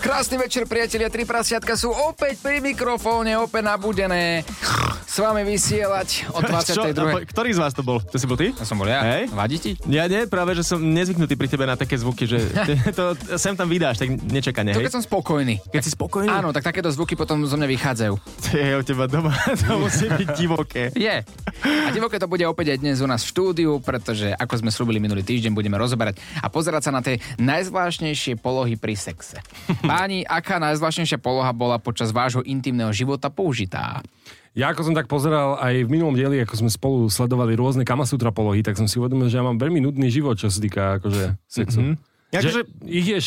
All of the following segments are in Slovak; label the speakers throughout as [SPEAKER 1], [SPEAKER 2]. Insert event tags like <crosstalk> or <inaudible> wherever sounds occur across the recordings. [SPEAKER 1] Krásny večer, priatelia. Tri prasiatka sú opäť pri mikrofóne, opäť nabudené. S vami vysielať od
[SPEAKER 2] Čo? A
[SPEAKER 1] 22.
[SPEAKER 2] po- Ktorý z vás to bol? To si bol ty?
[SPEAKER 1] To som bol ja.
[SPEAKER 2] Hej.
[SPEAKER 1] Vadí ti?
[SPEAKER 2] Ja nie, práve, že som nezvyknutý pri tebe na také
[SPEAKER 1] <laughs>
[SPEAKER 2] zvuky, že to sem tam vydáš, tak nečakane,
[SPEAKER 1] To
[SPEAKER 2] hej?
[SPEAKER 1] keď som spokojný.
[SPEAKER 2] Keď si spokojný?
[SPEAKER 1] Áno, tak takéto zvuky potom zo mňa vychádzajú.
[SPEAKER 2] Je u teba doma, <laughs> to musí byť divoké.
[SPEAKER 1] Je. A divoké to bude opäť aj dnes u nás v štúdiu, pretože ako sme slúbili minulý týždeň, budeme rozoberať a pozerať sa na tie najzvláštnejšie polohy pri sexe. <laughs> Páni, aká najzvláštnejšia poloha bola počas vášho intimného života použitá?
[SPEAKER 3] Ja ako som tak pozeral aj v minulom dieli, ako sme spolu sledovali rôzne kamasutra polohy, tak som si uvedomil, že ja mám veľmi nudný život, čo sa týka akože sexu. Mm-hmm.
[SPEAKER 2] Akože-
[SPEAKER 3] Že ich je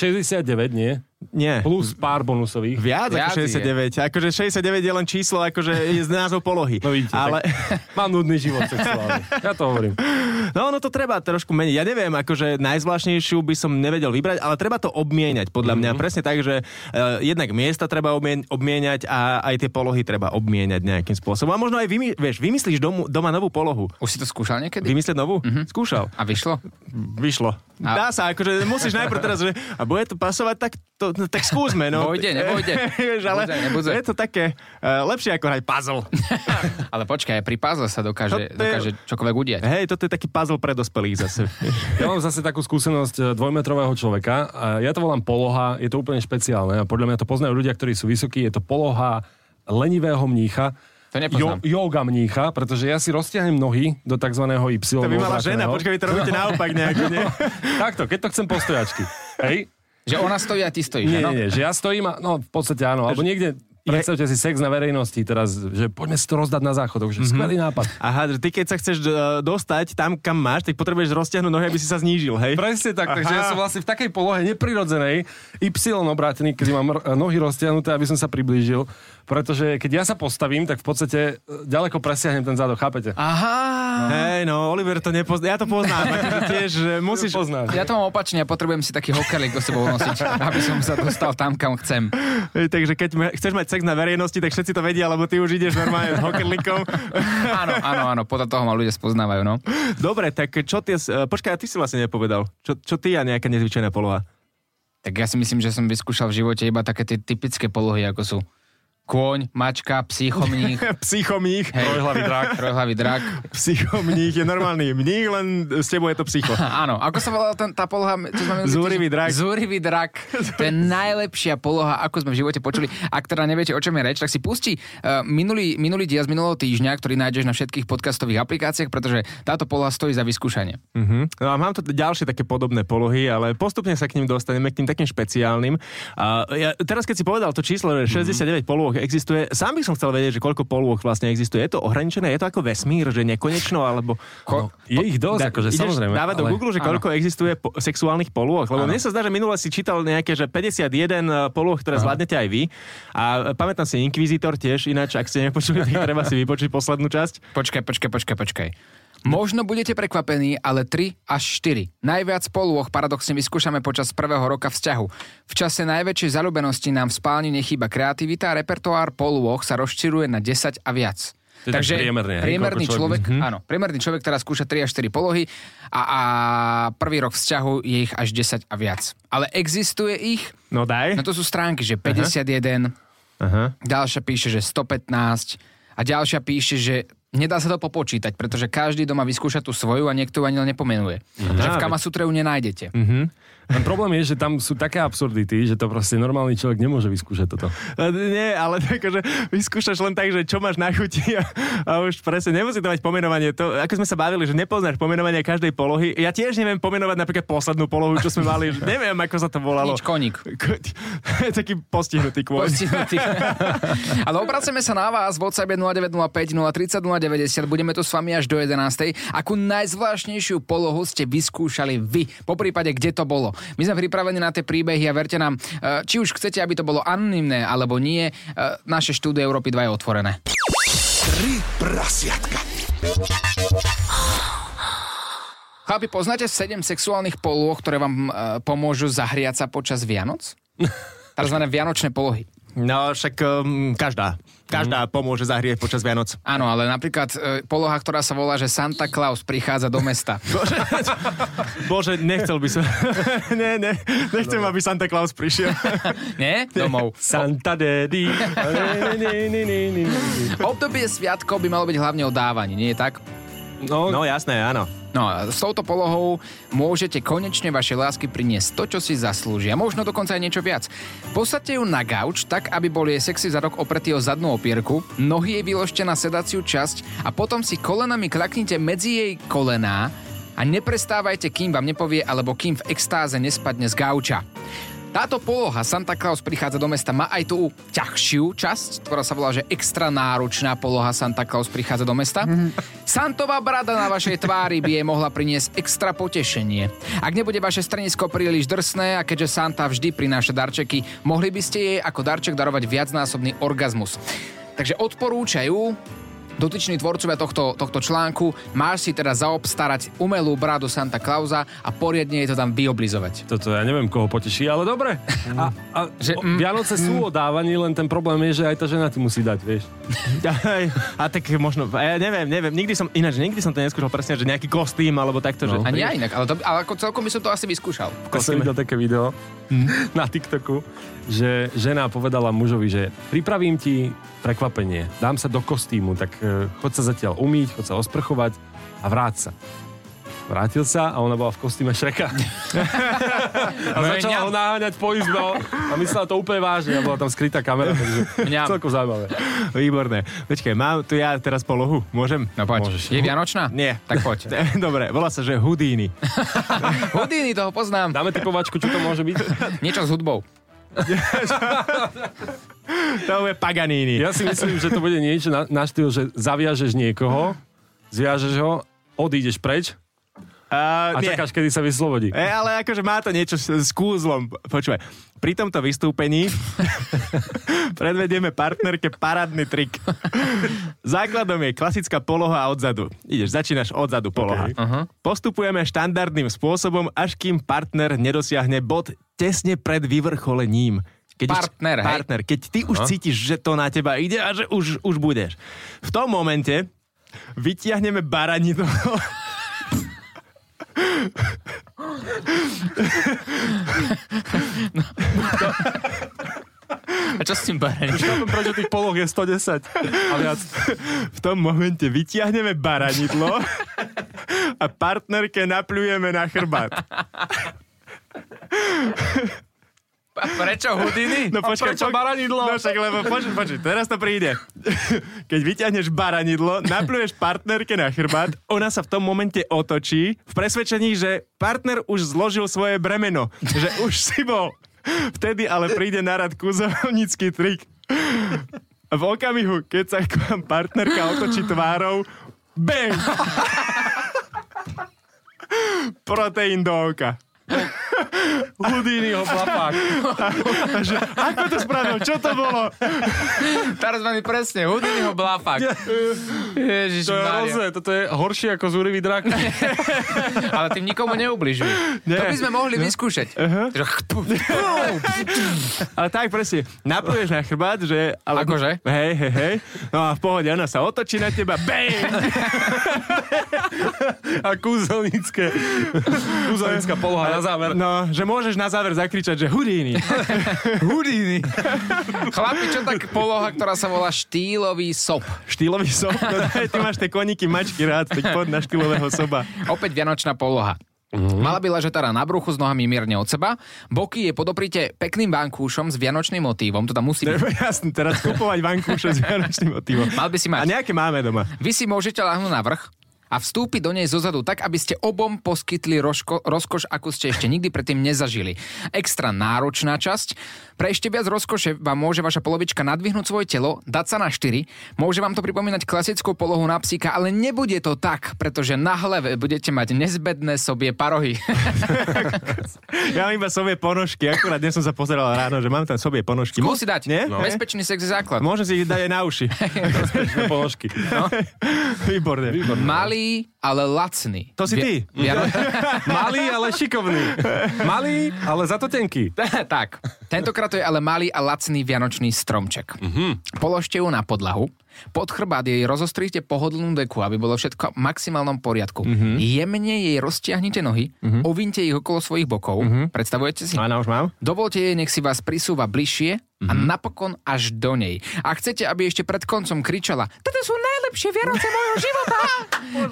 [SPEAKER 3] 69, nie?
[SPEAKER 2] Nie.
[SPEAKER 3] Plus pár bonusových.
[SPEAKER 2] Viac
[SPEAKER 1] Viac
[SPEAKER 2] ako
[SPEAKER 1] je.
[SPEAKER 2] 69. Akože 69 je len číslo, akože je z názov polohy.
[SPEAKER 3] No vidíte,
[SPEAKER 2] Ale... <laughs>
[SPEAKER 3] tak mám nudný život sexuálny. Ja to hovorím.
[SPEAKER 2] No ono to treba trošku meniť. Ja neviem, akože najzvláštnejšiu by som nevedel vybrať, ale treba to obmieniať,
[SPEAKER 1] Mhm.
[SPEAKER 2] podľa mňa. Presne tak, že uh, jednak miesta treba obmien- obmieniať a aj tie polohy treba obmieniať nejakým spôsobom. A možno aj vymy- vieš, vymyslíš domu, doma novú polohu.
[SPEAKER 1] Už si to skúšal niekedy?
[SPEAKER 2] Vymyslieť novú? Skúšal.
[SPEAKER 1] A vyšlo?
[SPEAKER 2] Vyšlo.
[SPEAKER 1] Mhm. A-
[SPEAKER 2] Dá sa, akože musíš najprv teraz, že a bude to pasovať, tak, to, no, tak skúsme. No.
[SPEAKER 1] Vojde, nevojde.
[SPEAKER 2] <laughs> Vieš, ale
[SPEAKER 1] Nebudze, nebudze.
[SPEAKER 2] je to také uh, lepšie ako hrať
[SPEAKER 1] <laughs>
[SPEAKER 2] puzzle.
[SPEAKER 1] Ale počkaj, aj pri puzzle sa dokáže,
[SPEAKER 2] To je-
[SPEAKER 1] dokáže čokoľvek udiať.
[SPEAKER 2] Hej, toto je taký puzzle pre dospelých
[SPEAKER 1] <laughs>
[SPEAKER 2] zase.
[SPEAKER 3] Ja mám zase takú skúsenosť e, dvojmetrového človeka. A Ja to volám poloha, je to úplne špeciálne a podľa mňa to poznajú ľudia, ktorí sú vysokí. Je to poloha lenivého mnícha.
[SPEAKER 1] To nepoznám.
[SPEAKER 3] yoga mnícha, pretože ja si roztiahnem nohy do tzv. Y.
[SPEAKER 2] To by mala žena,
[SPEAKER 1] no.
[SPEAKER 2] počkaj, vy to robíte naopak nejako, nie?
[SPEAKER 1] <laughs>
[SPEAKER 3] <laughs> Takto, keď to chcem postojačky. Hej?
[SPEAKER 1] Že ona stojí a ty stojíš,
[SPEAKER 3] Nie,
[SPEAKER 1] áno?
[SPEAKER 3] nie, nie, že ja stojím a, no v podstate áno, alebo niekde, predstavte si sex na verejnosti teraz, že poďme si to rozdať na záchodoch, že skvelý nápad.
[SPEAKER 2] Aha, že ty keď sa chceš e, dostať tam, kam máš, tak potrebuješ roztiahnuť nohy, aby si sa znížil, hej?
[SPEAKER 3] Presne tak, Aha. takže ja som vlastne v takej polohe neprirodzenej, Y obrátený, kedy mám r- nohy roztiahnuté, aby som sa priblížil, pretože keď ja sa postavím, tak v podstate e, ďaleko presiahnem ten zádok, chápete?
[SPEAKER 1] Aha,
[SPEAKER 2] Hej, no, Oliver to nepozná, ja to poznám, akože tiež e, musíš...
[SPEAKER 3] Poznáš.
[SPEAKER 1] ja to mám opačne, ja potrebujem si taký hokerlik do sebou nosiť, <laughs> aby som sa dostal tam, kam chcem.
[SPEAKER 2] Hej, Takže keď ma- chceš mať sex na verejnosti, tak všetci to vedia, lebo ty už ideš normálne s hokerlikom.
[SPEAKER 1] Áno, áno, áno, podľa toho ma ľudia spoznávajú, no.
[SPEAKER 2] Dobre, tak čo ty... e, Počkaj, a ty si vlastne nepovedal. Čo, čo ty a nejaká nezvyčajná poloha?
[SPEAKER 1] Tak ja si myslím, že som vyskúšal v živote iba také tie typické polohy, ako sú kôň, mačka, psíchomník,
[SPEAKER 2] Psychomních.
[SPEAKER 1] trojhlavý drak, trojhlavý drak.
[SPEAKER 2] Psychomních je normálny mních, len s tebou je to psycho. <laughs>
[SPEAKER 1] Áno, ako sa volala ten, tá poloha? Čo sme minulý
[SPEAKER 2] Zúrivý
[SPEAKER 1] týždeň-
[SPEAKER 2] drak.
[SPEAKER 1] Zúrivý drak. To
[SPEAKER 2] <laughs>
[SPEAKER 1] je najlepšia poloha, ako sme v živote počuli. Ak teda neviete, o čom je reč, tak si pusti uh, minulý, minulý diel z minulého týždňa, ktorý nájdeš na všetkých podcastových aplikáciách, pretože táto poloha stojí za vyskúšanie.
[SPEAKER 2] Mhm. No a mám tu ďalšie také podobné polohy, ale postupne sa k ním dostaneme, k tým takým špeciálnym. A ja, teraz, keď si povedal to číslo,
[SPEAKER 3] Mhm.
[SPEAKER 2] že 69 polôh existuje, sám by som chcel vedieť, že koľko polôh vlastne existuje. Je to ohraničené? Je to ako vesmír, že nekonečno? Alebo...
[SPEAKER 1] Ko-
[SPEAKER 2] No.
[SPEAKER 3] Je ich dosť, akože
[SPEAKER 2] ideš
[SPEAKER 3] samozrejme.
[SPEAKER 2] dávať do
[SPEAKER 3] ale-
[SPEAKER 2] Google, že koľko existuje po- sexuálnych polôh. Lebo mne sa zdá, že minule si čítal nejaké, že 51 polôh, ktoré zvládnete aj vy. A pamätám si Inquisitor tiež, ináč, ak ste nepočuli,
[SPEAKER 3] <laughs>
[SPEAKER 2] tak treba si vypočuť poslednú časť.
[SPEAKER 1] Počkaj, počkaj, počkaj, počkaj. Možno budete prekvapení, ale 3 až 4. Najviac polôch paradoxne vyskúšame počas prvého roka vzťahu. V čase najväčšej zalúbenosti nám v spálni nechýba kreativita a repertoár polôch sa rozširuje na 10 a viac.
[SPEAKER 3] To je tak priemerne, hej,
[SPEAKER 1] priemerný
[SPEAKER 3] koľko
[SPEAKER 1] človek,
[SPEAKER 3] človek- Mhm.
[SPEAKER 1] človek áno, priemerný človek, ktorá skúša 3 až 4 polohy a, a prvý rok vzťahu je ich až 10 a viac. Ale existuje ich,
[SPEAKER 2] No daj.
[SPEAKER 1] no to sú stránky, že 51,
[SPEAKER 2] Aha.
[SPEAKER 1] Ďalšia píše, že 115 a ďalšia píše, že nedá sa to popočítať, pretože každý doma vyskúša tú svoju a niekto ju ani len nepomenuje. Mm-hmm. Že v Kama Sutre ju nenájdete. Mm-hmm.
[SPEAKER 3] Ten problém je, že tam sú také absurdity, že to proste normálny človek nemôže vyskúšať toto. <laughs>
[SPEAKER 2] E, Nie, ale <laughs> akože vyskúšaš len tak, že čo máš na chuti a, a už presne nemusí to mať pomenovanie. To, ako sme sa bavili, že nepoznáš pomenovanie každej polohy. Ja tiež neviem pomenovať napríklad poslednú polohu, čo sme mali. že neviem, ako sa to volalo.
[SPEAKER 1] Nič
[SPEAKER 2] <laughs>
[SPEAKER 1] koník.
[SPEAKER 2] Ko- Taký postihnutý kôň.
[SPEAKER 1] Postihnutý. <laughs> Ale obraceme sa na vás, WhatsApp je 0905 030 090, budeme tu s vami až do 11. Akú najzvláštnejšiu polohu ste vyskúšali vy? Po prípade, kde to bolo? My sme pripravení na tie príbehy a verte nám, e, či už chcete, aby to bolo anonymné alebo nie, e, naše štúdio Európy 2 je otvorené.
[SPEAKER 4] Tri prasiatka.
[SPEAKER 1] Chlapi, poznáte 7 sexuálnych polôh, ktoré vám e, pomôžu zahriať sa počas Vianoc? Takzvané vianočné polohy.
[SPEAKER 2] No však um, každá. Každá pomôže zahrieť počas Vianoc.
[SPEAKER 1] Áno, ale napríklad e, poloha, ktorá sa volá, že Santa Claus prichádza do mesta.
[SPEAKER 2] Bože, Bože nechcel by som. <laughs> ne, ne, nechcem, aby Santa Claus prišiel. <laughs>
[SPEAKER 1] Nie? Domov.
[SPEAKER 3] Santa Daddy.
[SPEAKER 1] <laughs> Obdobie sviatkov by malo byť hlavne o dávaní, nie je tak?
[SPEAKER 3] No,
[SPEAKER 2] No jasné, áno.
[SPEAKER 1] No a s touto polohou môžete konečne vašej lásky priniesť to, čo si zaslúžia. Možno dokonca aj niečo viac. Posadte ju na gauč tak, aby bol jej sexy zadok opretý o zadnú opierku, nohy jej vyložte na sedaciu časť a potom si kolenami klaknite medzi jej kolená a neprestávajte, kým vám nepovie alebo kým v extáze nespadne z gauča. Táto poloha Santa Claus prichádza do mesta má aj tú ťažšiu časť, ktorá sa volá, že extra náročná poloha Santa Claus prichádza do mesta. Santová brada na vašej tvári by jej mohla priniesť extra potešenie. Ak nebude vaše strnisko príliš drsné a keďže Santa vždy prináša darčeky, mohli by ste jej ako darček darovať viacnásobný orgazmus. Takže odporúčajú Dotyční tvorcovia tohto, tohto článku máš si teda zaobstarať umelú bradu Santa Clausa a poriadne jej to tam vyoblizovať.
[SPEAKER 3] toto ja neviem, koho poteší, ale dobre. A, a že, mm. o, Vianoce sú o dávaní, len ten problém je, že aj tá žena ti musí dať, vieš.
[SPEAKER 2] Aj, a tak možno, a ja neviem, neviem, nikdy som, ináč, nikdy som to neskúšal presne, že nejaký kostým alebo takto, no. že...
[SPEAKER 1] Ani ja inak, ale, to, ale ako celkom by som to asi vyskúšal.
[SPEAKER 3] Ja som videl také video <laughs> na TikToku, že žena povedala mužovi, že pripravím ti prekvapenie, dám sa do kostýmu, tak e, choď sa zatiaľ umýť, choď sa osprchovať a vráť sa. Vrátil sa a ona bola v kostýme <laughs> Šreka. a začala ho naháňať po izbe no. a myslela to úplne vážne a bola tam skrytá kamera, takže
[SPEAKER 1] Mňam.
[SPEAKER 3] celkom zaujímavé.
[SPEAKER 2] Výborné. Počkaj, mám tu ja teraz polohu, môžem?
[SPEAKER 1] No poď. Je vianočná?
[SPEAKER 2] Nie.
[SPEAKER 1] Tak poď.
[SPEAKER 2] <laughs> Dobre, volá sa, že Houdini.
[SPEAKER 1] Houdini, toho poznám.
[SPEAKER 3] Dáme typovačku, čo to môže byť?
[SPEAKER 1] Niečo s hudbou.
[SPEAKER 2] To je Paganini.
[SPEAKER 3] <laughs> Ja si myslím, že to bude niečo na, na štýl, že zaviažeš niekoho, zviažeš ho, odídeš preč
[SPEAKER 2] A,
[SPEAKER 3] a
[SPEAKER 2] nie.
[SPEAKER 3] čakáš, kedy sa vyslobodí.
[SPEAKER 2] <laughs> E, ale akože má to niečo s, s kúzlom. Počúvaj, pri tomto vystúpení <laughs> predvedieme partnerke parádny trik. Základom je klasická poloha odzadu. Ideš, začínaš odzadu poloha. Okay. Uh-huh. Postupujeme štandardným spôsobom, až kým partner nedosiahne bod tesne pred vyvrcholením. Keď
[SPEAKER 1] Partner,
[SPEAKER 2] už,
[SPEAKER 1] hej?
[SPEAKER 2] partner, keď ty už cítiš, že to na teba ide a že už, už budeš. V tom momente vytiahneme baraninu <laughs>
[SPEAKER 1] A čo s tým barenčom?
[SPEAKER 3] Prečo tých poloh je 110? A viac.
[SPEAKER 2] V tom momente vytiahneme baranidlo a partnerke napľujeme na chrbát.
[SPEAKER 1] Prečo Houdini?
[SPEAKER 2] No počkaj,
[SPEAKER 3] prečo baranidlo?
[SPEAKER 2] No však, lebo počkaj, počkaj, teraz to príde. <laughs> Keď vyťahneš baranidlo, napľuješ partnerke na chrbát, ona sa v tom momente otočí v presvedčení, že partner už zložil svoje bremeno, že už si bol. Vtedy ale príde na rad kúzovnícky trik. V okamihu, keď sa k vám partnerka otočí tvárou, bang! <laughs> Proteín do oka.
[SPEAKER 3] Houdini ho chlapák.
[SPEAKER 2] Takže, ako to spravil? Čo to <laughs> bolo?
[SPEAKER 1] Teraz mám presne, Houdiniho blafak. Ježiš,
[SPEAKER 3] To je roze, toto je horšie ako Zúrivý drak.
[SPEAKER 1] Ale tým nikomu neubližuj. To by sme mohli vyskúšať. Že chpu.
[SPEAKER 2] <laughs> Ale tak presne, napluješ na chrbát, že... Ale,
[SPEAKER 1] Akože?
[SPEAKER 2] Hej, hej, hej. No a v pohode, ona sa otočí na teba, bang!
[SPEAKER 3] <laughs> A kúzelnícke. Kúzelnícka poloha na záver.
[SPEAKER 2] No, že môžeš na záver zakričať, že Houdini. Houdini.
[SPEAKER 1] Chlapi, čo tak poloha, ktorá sa volá štýlový sop?
[SPEAKER 2] Štýlový sob, no, daj, ty máš tie koníky mačky rád, tak poď na štýlového
[SPEAKER 3] <laughs>
[SPEAKER 2] soba.
[SPEAKER 1] Opäť vianočná poloha. Mala by ležať teda na bruchu s nohami mierne od seba, boky je podoprite pekným vankúšom s vianočným motívom, to tam musí byť.
[SPEAKER 2] Jasne, teraz kupovať vankúše s vianočným motivom.
[SPEAKER 1] Mal by si
[SPEAKER 2] A
[SPEAKER 1] mať.
[SPEAKER 2] nejaké máme doma.
[SPEAKER 1] Vy si môžete láhnuť na vrch a vstúpiť do nej zozadu tak, aby ste obom poskytli rožko, rozkoš, akú ste ešte nikdy predtým nezažili. Extra náročná časť. Pre ešte viac rozkoše vám môže vaša polovička nadvihnúť svoje telo, dať sa na 4. Môže vám to pripomínať klasickú polohu na psíka, ale nebude to tak, pretože na hlave budete mať nezbedné sobie parohy.
[SPEAKER 2] Ja mám iba sobie ponožky, akurát dnes som sa pozeral ráno, že mám tam sobie ponožky.
[SPEAKER 1] Musí dať.
[SPEAKER 2] Nie?
[SPEAKER 1] No. Bezpečný sex je základ.
[SPEAKER 2] <laughs> Môžem si ich dať aj na uši.
[SPEAKER 3] No. Položky.
[SPEAKER 2] Výborné.
[SPEAKER 1] Malý malý, ale lacný.
[SPEAKER 2] To si ty. <laughs>
[SPEAKER 1] Via-
[SPEAKER 3] Malý, ale šikovný. Malý, ale za to tenký.
[SPEAKER 1] <laughs> tak, tentokrát to je ale malý a lacný vianočný stromček. Mm-hmm. Položte ju na podlahu, pod chrbát jej rozostrite pohodlnú deku, aby bolo všetko v maximálnom poriadku.
[SPEAKER 2] Mhm.
[SPEAKER 1] Mm-hmm. Jemne jej roztiahnite nohy, mm-hmm. ovinte ich okolo svojich bokov.
[SPEAKER 2] Mhm.
[SPEAKER 1] Mm-hmm. Predstavujete si?
[SPEAKER 2] Áno, Mm, už mám.
[SPEAKER 1] Dovolte jej, nech si vás prisúva bližšie a napokon až do nej. A chcete, aby ešte pred koncom kričala Toto sú najlepšie Vianoce môjho života!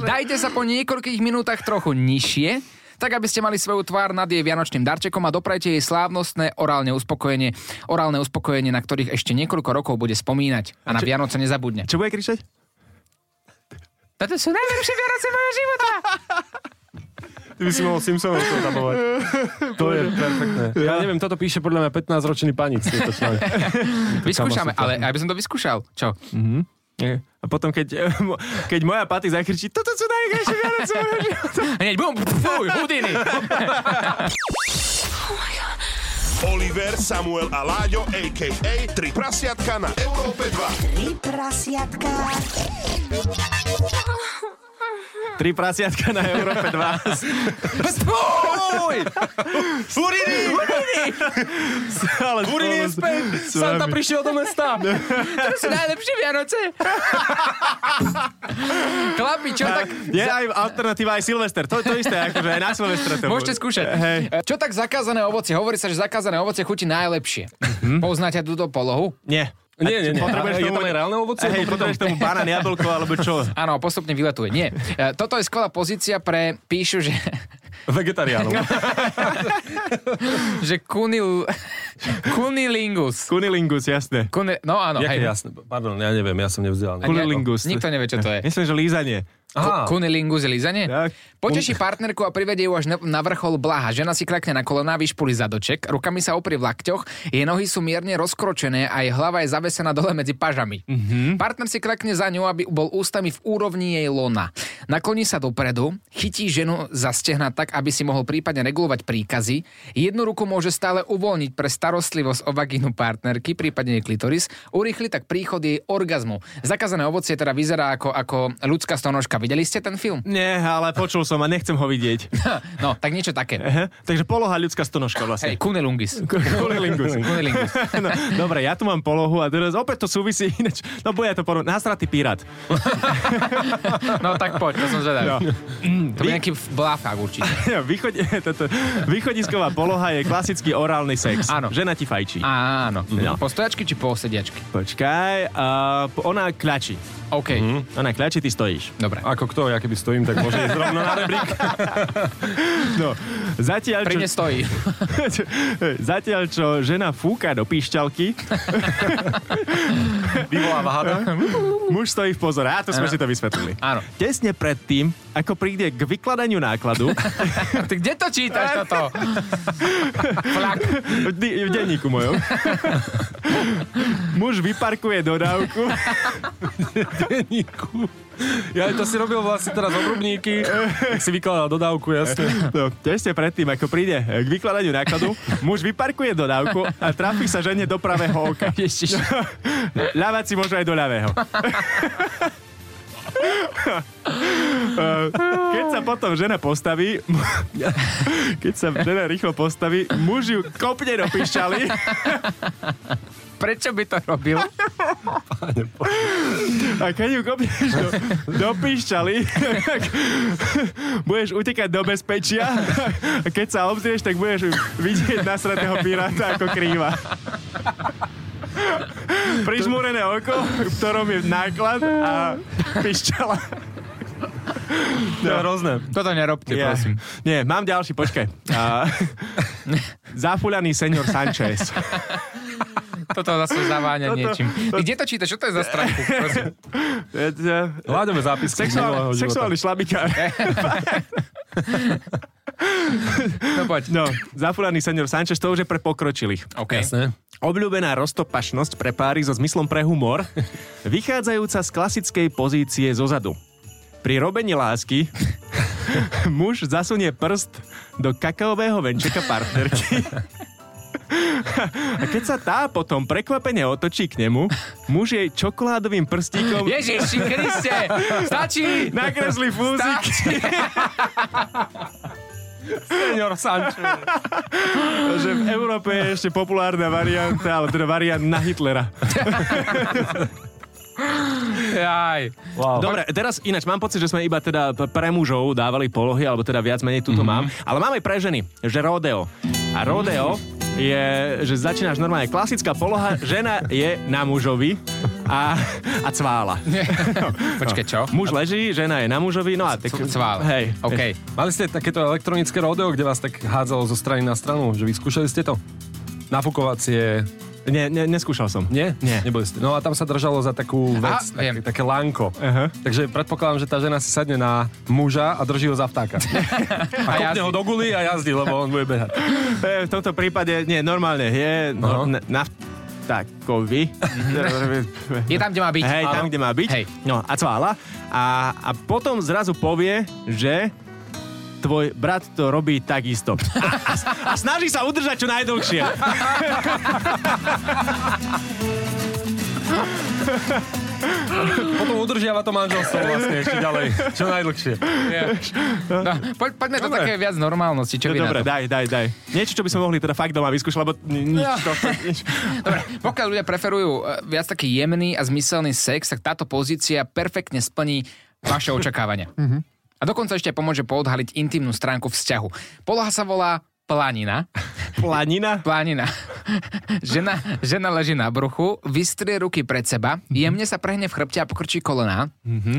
[SPEAKER 1] Dajte sa po niekoľkých minútach trochu nižšie, tak aby ste mali svoju tvár nad jej vianočným darčekom a doprajte jej slávnostné orálne uspokojenie, orálne uspokojenie, na ktorých ešte niekoľko rokov bude spomínať a na Vianoce nezabudne.
[SPEAKER 2] Čo bude kričať?
[SPEAKER 1] Toto sú najlepšie Vianoce môjho života!
[SPEAKER 2] Ty by si mohol Simpsonov to tapovať.
[SPEAKER 3] To je perfektné. Ja neviem, toto píše podľa mňa 15-ročný panic. Tieto články.
[SPEAKER 1] <laughs> Vyskúšame,
[SPEAKER 3] Kamasu,
[SPEAKER 1] ale aby som to vyskúšal. Čo?
[SPEAKER 2] A potom, keď, <laughs> keď moja paty zakričí, toto sú najkrajšie Vianoce môjho života.
[SPEAKER 1] Hneď bum, fuj, Houdini.
[SPEAKER 5] Oliver, Samuel a Láďo, a.k.a. Tri prasiatka na Európe 2.
[SPEAKER 6] Tri prasiatka.
[SPEAKER 2] Tri prasiatka na Európe 2.
[SPEAKER 1] Fuj!
[SPEAKER 2] Huriny! <laughs> Huriny! Huriny je späť! Santa prišiel do mesta!
[SPEAKER 1] To sú najlepšie Vianoce. Chlapi, čo tak...
[SPEAKER 2] Je aj alternatíva aj Silvester. To, to isté, akože aj na Silvestre to
[SPEAKER 1] Môžete
[SPEAKER 2] bude.
[SPEAKER 1] skúšať. E,
[SPEAKER 2] Hej.
[SPEAKER 1] Čo tak zakázané ovocie? Hovorí sa, že zakázané ovocie chutí najlepšie. Poznáte túto polohu?
[SPEAKER 2] Nie.
[SPEAKER 3] Nie, nie, nie.
[SPEAKER 2] Potrebuješ
[SPEAKER 3] Je
[SPEAKER 2] tomu-
[SPEAKER 3] tam aj reálne ovoce?
[SPEAKER 2] Hej,
[SPEAKER 3] popri tom?
[SPEAKER 2] potrebuješ tomu banán, jablko, alebo <laughs> čo?
[SPEAKER 1] Áno, postupne vyletuje. Nie. E, Toto je skvelá pozícia pre... Píšu, že,
[SPEAKER 3] Vegetariánov.
[SPEAKER 1] že kunil, kunilingus.
[SPEAKER 2] <laughs> Kunilingus, jasné.
[SPEAKER 1] Kuni, no áno,
[SPEAKER 3] Jaké
[SPEAKER 1] hej.
[SPEAKER 3] jasné? Pardon, ja neviem, ja som nevzdelaný.
[SPEAKER 1] Ani-
[SPEAKER 2] Kunilingus.
[SPEAKER 1] Nikto nevie, čo to je.
[SPEAKER 2] Myslím, že lízanie.
[SPEAKER 3] Aha.
[SPEAKER 1] Ku- Kunilingus je lízanie?
[SPEAKER 2] Tak.
[SPEAKER 1] Poteší partnerku a privedie ju až na- na vrchol blaha. Žena si klakne na kolená, vyšpuli zadoček, rukami sa oprie v lakťoch, jej nohy sú mierne rozkročené a jej hlava je zavesená dole medzi pažami. Mm-hmm. Partner si klakne za ňou, aby bol ústami v úrovni jej lona. Nakloní sa dopredu, chytí ženu za stehna tak, aby si mohol prípadne regulovať príkazy. Jednu ruku môže stále uvoľniť pre starostlivosť o vagínu partnerky, prípadne jej klitoris, urýchli tak príchod jej orgazmu. Zakázané ovocie teda vyzerá ako, ako ľudská stonožka. Videli ste ten film?
[SPEAKER 2] Nie, ale počul som a nechcem ho vidieť.
[SPEAKER 1] No, tak niečo také.
[SPEAKER 2] Aha, Takže poloha ľudská stonožka vlastne.
[SPEAKER 1] Hej, kunelungis.
[SPEAKER 2] <laughs> Kunilingus.
[SPEAKER 1] Kunilingus.
[SPEAKER 2] <laughs> No, dobre, ja tu mám polohu a teraz opäť to súvisí ináč. No bude to porovnať. Násratý pirát.
[SPEAKER 1] <laughs>
[SPEAKER 2] <laughs>
[SPEAKER 1] No tak poď, to som zvedavý. No. To bude nejaký bláfák
[SPEAKER 2] <laughs>
[SPEAKER 1] určite.
[SPEAKER 2] Východ, toto, východisková poloha je klasický orálny sex.
[SPEAKER 1] Áno.
[SPEAKER 2] Žena ti fajčí.
[SPEAKER 1] Áno.
[SPEAKER 2] No.
[SPEAKER 1] Mm. Po stojačky či po sediačky?
[SPEAKER 2] Počkaj, a p- ona kľačí.
[SPEAKER 1] OK,
[SPEAKER 2] Ona kľačí, ty stojíš.
[SPEAKER 1] dobre.
[SPEAKER 3] Ako kto, ja keby stojím, tak môže ísť rovno na rebrík.
[SPEAKER 2] No, zatiaľ
[SPEAKER 1] Pri
[SPEAKER 2] čo,
[SPEAKER 1] mne stojí.
[SPEAKER 2] <laughs> zatiaľ, čo žena fúka do píšťalky,
[SPEAKER 3] Vyvoláva hada.
[SPEAKER 2] muž stojí v pozore. A tu sme si to vysvetlili.
[SPEAKER 1] Áno.
[SPEAKER 2] Tesne pred tým, ako príde k vykladaniu nákladu,
[SPEAKER 1] Ty kde to čítaš toto?
[SPEAKER 2] <laughs>
[SPEAKER 1] Flak.
[SPEAKER 2] v, di- v denníku mojom, muž vyparkuje dodávku
[SPEAKER 3] Denníku. Ja to si robil vlastne teraz obrubníky, tak si vykladal dodávku, jasne.
[SPEAKER 2] No, ešte predtým, ako príde k vykladaniu nákladu, muž vyparkuje dodávku a trafí sa žene do pravého oka.
[SPEAKER 1] Ježiš.
[SPEAKER 2] Ľavať si môže aj do ľavého. Eh, Keď sa potom žena postaví, <laughs> keď sa žena rýchlo postaví, muž ju kopne do pišťaly.
[SPEAKER 1] Prečo by to robil?
[SPEAKER 2] A keď ju kopneš do, do píšťaly, tak budeš utekať do bezpečia a keď sa obzrieš, tak budeš vidieť nasratého piráta ako krýva. Prižmúrené oko, v ktorom je náklad a píšťala.
[SPEAKER 3] To je hrozné.
[SPEAKER 1] Toto nerobte,
[SPEAKER 2] Nie,
[SPEAKER 1] prosím.
[SPEAKER 2] nie, mám ďalší, počkaj.
[SPEAKER 3] <laughs>
[SPEAKER 2] A, zafúľaný senior Sanchez.
[SPEAKER 1] Toto zase zaváňa
[SPEAKER 2] Toto-
[SPEAKER 1] niečím. Ty kde to čítaš? Čo to je za stránku? Prosím.
[SPEAKER 3] Hľadáme zápisky z minulého
[SPEAKER 2] Sexuál,
[SPEAKER 3] života.
[SPEAKER 2] sexuálny šlabikár.
[SPEAKER 1] No poď.
[SPEAKER 2] No, zafúľaný senior Sanchez, to už je pre pokročilých.
[SPEAKER 1] OK.
[SPEAKER 3] Jasné.
[SPEAKER 2] Obľúbená roztopašnosť pre páry so zmyslom pre humor, vychádzajúca z klasickej pozície zozadu. Pri robení lásky <laughs> muž zasunie prst do kakaového venčeka partnerky A keď sa tá potom prekvapene otočí k nemu, muž jej čokoládovým prstíkom
[SPEAKER 1] Ježiši Kriste, stačí!
[SPEAKER 2] nakreslí fúzik.
[SPEAKER 1] Stačí.
[SPEAKER 3] Senior Sancho.
[SPEAKER 2] že v Európe je ešte populárna varianta, ale teda variant na Hitlera.
[SPEAKER 1] Jaj.
[SPEAKER 3] Wow.
[SPEAKER 2] Dobre, teraz ináč mám pocit, že sme iba teda p- pre mužov dávali polohy, alebo teda viac menej
[SPEAKER 3] Mhm.
[SPEAKER 2] túto mm-hmm. mám, ale máme aj pre ženy, že rodeo. A rodeo je, že začínaš normálne klasická poloha, žena je na mužovi a, a cvála.
[SPEAKER 1] Počkaj, čo?
[SPEAKER 2] Muž leží, žena je na mužovi, no a tak...
[SPEAKER 1] Cvál.
[SPEAKER 2] Hej.
[SPEAKER 1] OK.
[SPEAKER 3] Mali ste takéto elektronické rodeo, kde vás tak hádzalo zo strany na stranu, že vyskúšali ste to? Nafukovacie...
[SPEAKER 2] Ne, ne, neskúšal som.
[SPEAKER 3] Nie?
[SPEAKER 2] Nie.
[SPEAKER 3] Neboli ste. No a tam sa držalo za takú vec,
[SPEAKER 1] Á, viem.
[SPEAKER 3] také, také lánko.
[SPEAKER 2] Aha.
[SPEAKER 3] Takže predpokladám, že tá žena si sadne na muža a drží ho za vtáka.
[SPEAKER 1] <laughs>
[SPEAKER 3] a kopne
[SPEAKER 1] jazdí.
[SPEAKER 3] ho do guly a jazdí, lebo on bude behať.
[SPEAKER 2] E, v tomto prípade, nie, normálne je no, na, na takovi.
[SPEAKER 1] Je tam, kde má byť.
[SPEAKER 2] Hej, tam,
[SPEAKER 1] Mhm. Áno.
[SPEAKER 2] kde má byť.
[SPEAKER 1] Hej.
[SPEAKER 2] No, a cvála. A, a potom zrazu povie, že tvoj brat to robí takisto. A, a, a snaží sa udržať čo najdlhšie.
[SPEAKER 3] Potom udržiava to manželstvo vlastne ešte ďalej, čo najdlhšie.
[SPEAKER 1] No, poď, poďme do také viac normálnosti, čo
[SPEAKER 2] No,
[SPEAKER 1] vy na
[SPEAKER 2] dobre,
[SPEAKER 1] to?
[SPEAKER 2] daj, daj, daj. Niečo, čo by sme mohli teda fakt doma vyskúšať, lebo ni- nič
[SPEAKER 1] <laughs>
[SPEAKER 2] to... Nič.
[SPEAKER 1] Dobre, pokiaľ ľudia preferujú e, viac taký jemný a zmyselný sex, tak táto pozícia perfektne splní
[SPEAKER 2] <laughs>
[SPEAKER 1] vaše očakávania.
[SPEAKER 2] Mhm.
[SPEAKER 1] a dokonca ešte pomôže poodhaliť intimnú stránku vzťahu. Poloha sa volá planina.
[SPEAKER 2] Planina?
[SPEAKER 1] Plánina. <laughs> Žena, žena leží na bruchu, vystrie ruky pred seba,
[SPEAKER 2] Mhm.
[SPEAKER 1] jemne sa prehne v chrbte a pokrčí kolená.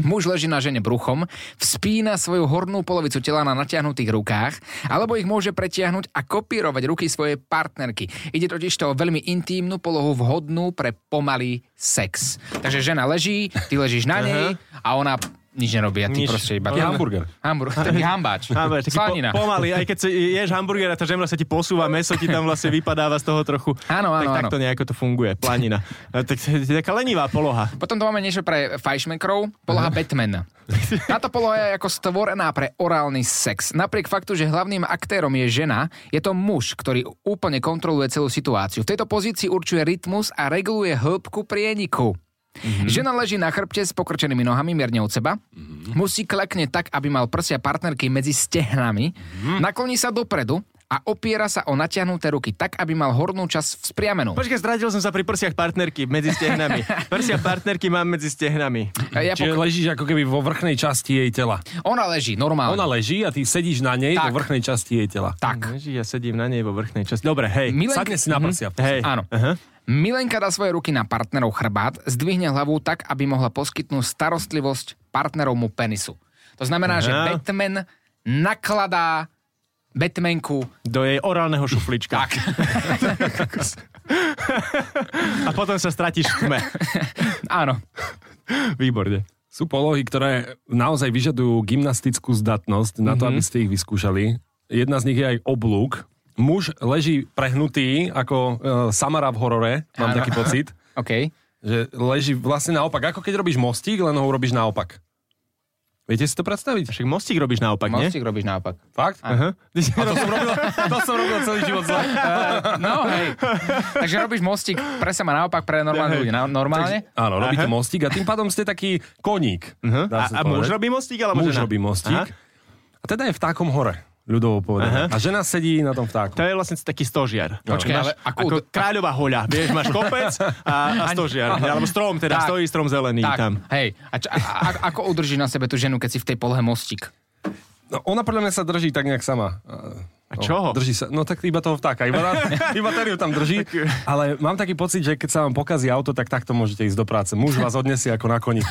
[SPEAKER 1] Muž leží na žene bruchom, vspína svoju hornú polovicu tela na natiahnutých rukách, alebo ich môže pretiahnuť a kopírovať ruky svojej partnerky. Ide totiž to o veľmi intímnu polohu vhodnú pre pomalý sex. Takže žena leží, ty ležíš na nej a ona nič nerobí a ty
[SPEAKER 2] Nič.
[SPEAKER 1] proste iba...
[SPEAKER 3] Je hamburger.
[SPEAKER 1] Hamburger,
[SPEAKER 2] <laughs>
[SPEAKER 1] taký hambáč.
[SPEAKER 2] Áno, taký po,
[SPEAKER 1] Slanina.
[SPEAKER 2] pomaly, aj keď si ješ hamburgera, tá žemla sa ti posúva, meso ti tam vlastne vypadáva z toho trochu.
[SPEAKER 1] Áno, áno,
[SPEAKER 2] tak,
[SPEAKER 1] áno.
[SPEAKER 2] takto nejako to funguje, planina. A tak to je taká lenivá poloha.
[SPEAKER 1] Potom tu máme niečo pre fajšmekrov, poloha
[SPEAKER 3] <laughs>
[SPEAKER 1] Batman. Táto poloha je ako stvorená pre orálny sex. Napriek faktu, že hlavným aktérom je žena, je to muž, ktorý úplne kontroluje celú situáciu. V tejto pozícii určuje rytmus a reguluje hĺbku prieniku.
[SPEAKER 3] Mhm.
[SPEAKER 1] Mm-hmm. Žena leží na chrbte s pokrčenými nohami mierne od seba,
[SPEAKER 3] Mhm.
[SPEAKER 1] mm-hmm. musí klekne tak, aby mal prsia partnerky medzi stehnami, mm-hmm.
[SPEAKER 3] Mhm.
[SPEAKER 1] nakloní sa dopredu a opiera sa o natiahnuté ruky tak, aby mal hornú časť vzpriamenú.
[SPEAKER 2] Počkaj, strátil som sa pri prsiach partnerky medzi stehnami. Prsia partnerky mám medzi stehnami.
[SPEAKER 1] Ja
[SPEAKER 3] Čiže
[SPEAKER 1] pokr-
[SPEAKER 3] ležíš ako keby vo vrchnej časti jej tela.
[SPEAKER 1] ona leží normálne.
[SPEAKER 3] Ona leží a ty sedíš na nej
[SPEAKER 1] Tak.
[SPEAKER 3] vo vrchnej časti jej tela.
[SPEAKER 1] Tak.
[SPEAKER 2] Ježi, ja sedím na nej vo vrchnej časti. Dobre, hej.
[SPEAKER 1] Milenka- Mhm.
[SPEAKER 3] Sadne si na prsia.
[SPEAKER 2] Hej.
[SPEAKER 1] Áno.
[SPEAKER 2] Aha.
[SPEAKER 1] Milenka dá svoje ruky na partnerov chrbát, zdvihne hlavu tak, aby mohla poskytnúť starostlivosť partnerovmu penisu. To znamená, že
[SPEAKER 2] Aha.
[SPEAKER 1] Batman nakladá Batmanku.
[SPEAKER 2] Do jej orálneho šuflička. Tak. <laughs> A potom sa stratíš v tme.
[SPEAKER 1] Áno.
[SPEAKER 2] Výborne.
[SPEAKER 3] Sú polohy, ktoré naozaj vyžadujú gymnastickú zdatnosť na
[SPEAKER 1] Mhm.
[SPEAKER 3] to, aby ste ich vyskúšali. Jedna z nich je aj oblúk. Muž leží prehnutý ako e, Samara v horore,
[SPEAKER 1] Áno.
[SPEAKER 3] mám taký
[SPEAKER 1] <laughs>
[SPEAKER 3] pocit,
[SPEAKER 1] OK.
[SPEAKER 3] že leží vlastne naopak, ako keď robíš mostík, len ho urobíš naopak. Viete si to predstaviť?
[SPEAKER 2] Však mostík robíš naopak, nie?
[SPEAKER 1] Mostík robíš naopak.
[SPEAKER 3] Fakt? Aha.
[SPEAKER 2] Aha. Ty si
[SPEAKER 3] To som, robil, to som robil <laughs> celý život zle.
[SPEAKER 2] <laughs>
[SPEAKER 1] No, hej. Takže robíš mostík pre sama naopak, pre normálne ľudí. Na- Normálne?
[SPEAKER 3] Áno, robíte mostík a tým pádom ste taký koník.
[SPEAKER 2] Aha.
[SPEAKER 3] dá
[SPEAKER 2] A,
[SPEAKER 3] sa
[SPEAKER 2] a muž
[SPEAKER 3] povedať.
[SPEAKER 2] robí mostík, alebo
[SPEAKER 3] Muž
[SPEAKER 2] žena?
[SPEAKER 3] robí mostík.
[SPEAKER 2] Aha.
[SPEAKER 3] A teda je v takom hore, ľudovo povedané. A žena sedí na tom vtáku.
[SPEAKER 2] To je vlastne taký stožiar.
[SPEAKER 1] Počkaj,
[SPEAKER 2] Máš
[SPEAKER 1] ale
[SPEAKER 2] ako,
[SPEAKER 1] ako-
[SPEAKER 2] kráľová hoľa. Vieš, máš kopec a, a stožiar. Alebo strom, teda
[SPEAKER 1] Tak.
[SPEAKER 2] stojí strom zelený
[SPEAKER 1] Tak,
[SPEAKER 2] tam.
[SPEAKER 1] hej. A, čo, a, a ako udržíš na sebe tú ženu, keď si v tej polohe mostík?
[SPEAKER 3] No, ona podľa mňa sa drží tak nejak sama. A
[SPEAKER 2] čoho?
[SPEAKER 3] Drží sa, no tak iba toho vtáka, iba, na,
[SPEAKER 2] <laughs>
[SPEAKER 3] iba ten ju tam drží. Ale mám taký pocit, že keď sa vám pokazí auto, tak takto môžete ísť do práce. Muž vás odnesie ako na koni.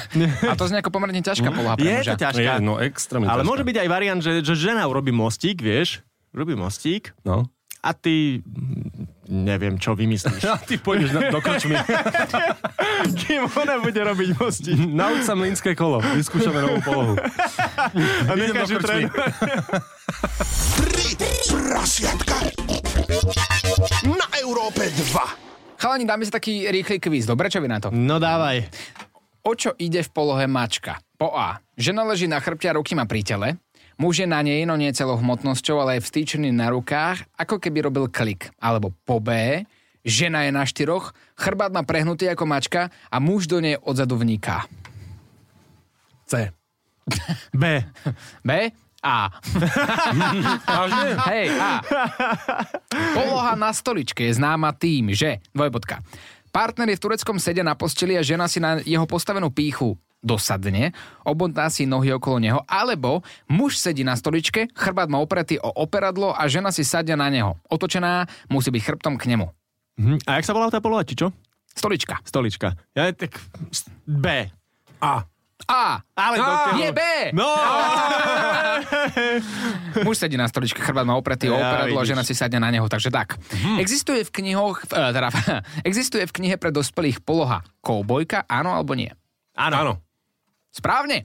[SPEAKER 1] A to znie ako pomerne ťažká poloha pre
[SPEAKER 2] Mm. Je
[SPEAKER 1] muža.
[SPEAKER 2] to ťažká.
[SPEAKER 3] Je, no extrémne
[SPEAKER 2] Ale
[SPEAKER 3] ťažká.
[SPEAKER 2] môže byť aj variant, že, že žena urobí mostík, vieš, robí mostík
[SPEAKER 3] No.
[SPEAKER 2] a ty mm, neviem, čo vymyslíš.
[SPEAKER 3] <laughs> A ty pôjdeš na, do krčmy.
[SPEAKER 2] Kým ona bude robiť <laughs> mostík.
[SPEAKER 3] <laughs> Nauč sa mlínske kolo. Vyskúšame novú polohu.
[SPEAKER 2] A
[SPEAKER 3] Idem do
[SPEAKER 2] necháš ju
[SPEAKER 3] krčmy.
[SPEAKER 2] trénovať.
[SPEAKER 4] Tri prasiatka na Európe 2.
[SPEAKER 1] Chalani, dáme si taký rýchly kvíz. Dobre, čo vy na to?
[SPEAKER 2] No dávaj.
[SPEAKER 1] O čo ide v polohe mačka? Po A. Žena leží na chrbte a ruky má pri tele. Muž je na nej, no nie celou hmotnosťou, ale je vstýčený na rukách, ako keby robil klik. Alebo po B, žena je na štyroch, chrbát má prehnutý ako mačka a muž do nej odzadu vniká.
[SPEAKER 3] C.
[SPEAKER 2] B.
[SPEAKER 1] B, A.
[SPEAKER 3] Vážne?
[SPEAKER 1] Hej, a. Poloha na stoličke je známa tým, že... Dvojbodka. Partner je v tureckom sede na posteli a žena si na jeho postavenú píchu dosadne, obodná si nohy okolo neho, alebo muž sedí na stoličke, chrbát má opretý o operadlo a žena si sadia na neho. Otočená musí byť chrbtom k nemu.
[SPEAKER 2] Mhm. A jak sa volá tá poloha, či čo?
[SPEAKER 1] Stolička.
[SPEAKER 2] Stolička. Ja tak... B.
[SPEAKER 3] A.
[SPEAKER 1] A.
[SPEAKER 2] Ale do keho?
[SPEAKER 1] Je B.
[SPEAKER 2] No!
[SPEAKER 1] Muž sedí na stoličke, chrbát má opretý o
[SPEAKER 2] Ja,
[SPEAKER 1] operadlo a
[SPEAKER 2] vidíš.
[SPEAKER 1] žena si sadne na neho, takže tak. Existuje v knihoch, v- e, teda, <laughs> existuje v knihe pre dospelých poloha koubojka, áno alebo nie?
[SPEAKER 2] Áno. Áno.
[SPEAKER 1] Správne.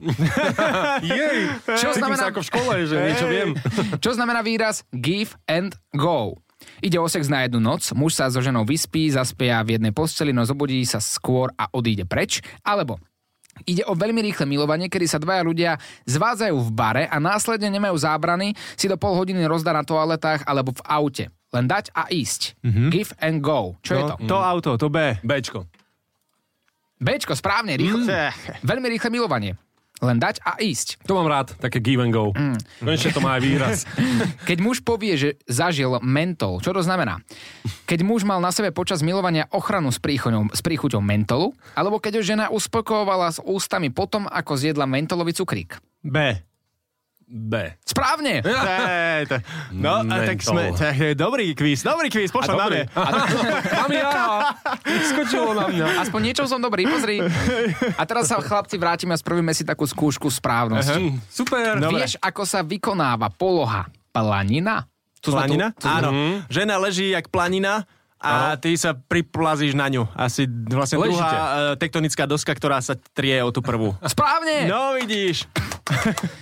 [SPEAKER 3] Jej,
[SPEAKER 1] Čo
[SPEAKER 3] cítim
[SPEAKER 1] znamená-
[SPEAKER 3] sa ako v škole, že niečo viem.
[SPEAKER 1] Čo znamená výraz give and go? Ide o sex na jednu noc, muž sa so ženou vyspí, zaspeja v jednej posteli, no zobudí sa skôr a odíde preč, alebo Ide o veľmi rýchle milovanie, kedy sa dvaja ľudia zvádzajú v bare a následne nemajú zábrany, si do pol hodiny rozdá na toaletách alebo v aute. Len dať a ísť. Give and go. Čo je
[SPEAKER 2] To,
[SPEAKER 1] to?
[SPEAKER 2] to auto, to B.
[SPEAKER 3] Bčko.
[SPEAKER 1] Bečko, správne, rýchle.
[SPEAKER 2] Ech.
[SPEAKER 1] Veľmi rýchle milovanie. Len dať a ísť.
[SPEAKER 3] To mám rád, také give and go.
[SPEAKER 1] Mm.
[SPEAKER 3] Konečne to má aj výraz.
[SPEAKER 1] Keď muž povie, že zažil mentol, čo to znamená? Keď muž mal na sebe počas milovania ochranu s, príchoňou, s príchuťou mentolu, alebo keď ho žena uspokojovala s ústami potom, ako zjedla mentolový cukrík.
[SPEAKER 2] B.
[SPEAKER 3] B.
[SPEAKER 1] Správne!
[SPEAKER 2] <laughs> Té, té. No, a tak
[SPEAKER 3] Mentol.
[SPEAKER 2] sme... Tak, e, dobrý kvíz, dobrý kvíz, pošla na mňa.
[SPEAKER 3] Mám ja. Skočilo na mňa.
[SPEAKER 1] Aspoň niečo som dobrý, pozri. A teraz sa chlapci vrátime a spravíme si takú skúšku správnosti.
[SPEAKER 3] Hm, Super.
[SPEAKER 2] No. Dobre.
[SPEAKER 1] Vieš, ako sa vykonáva poloha planina? Tu sme tu-
[SPEAKER 2] Planina? Áno. Žena leží jak planina a ty sa priplazíš na ňu. Asi vlastne
[SPEAKER 3] Ležíte.
[SPEAKER 2] druhá e, tektonická doska, ktorá sa trie o tú prvú.
[SPEAKER 1] Správne!
[SPEAKER 2] No vidíš.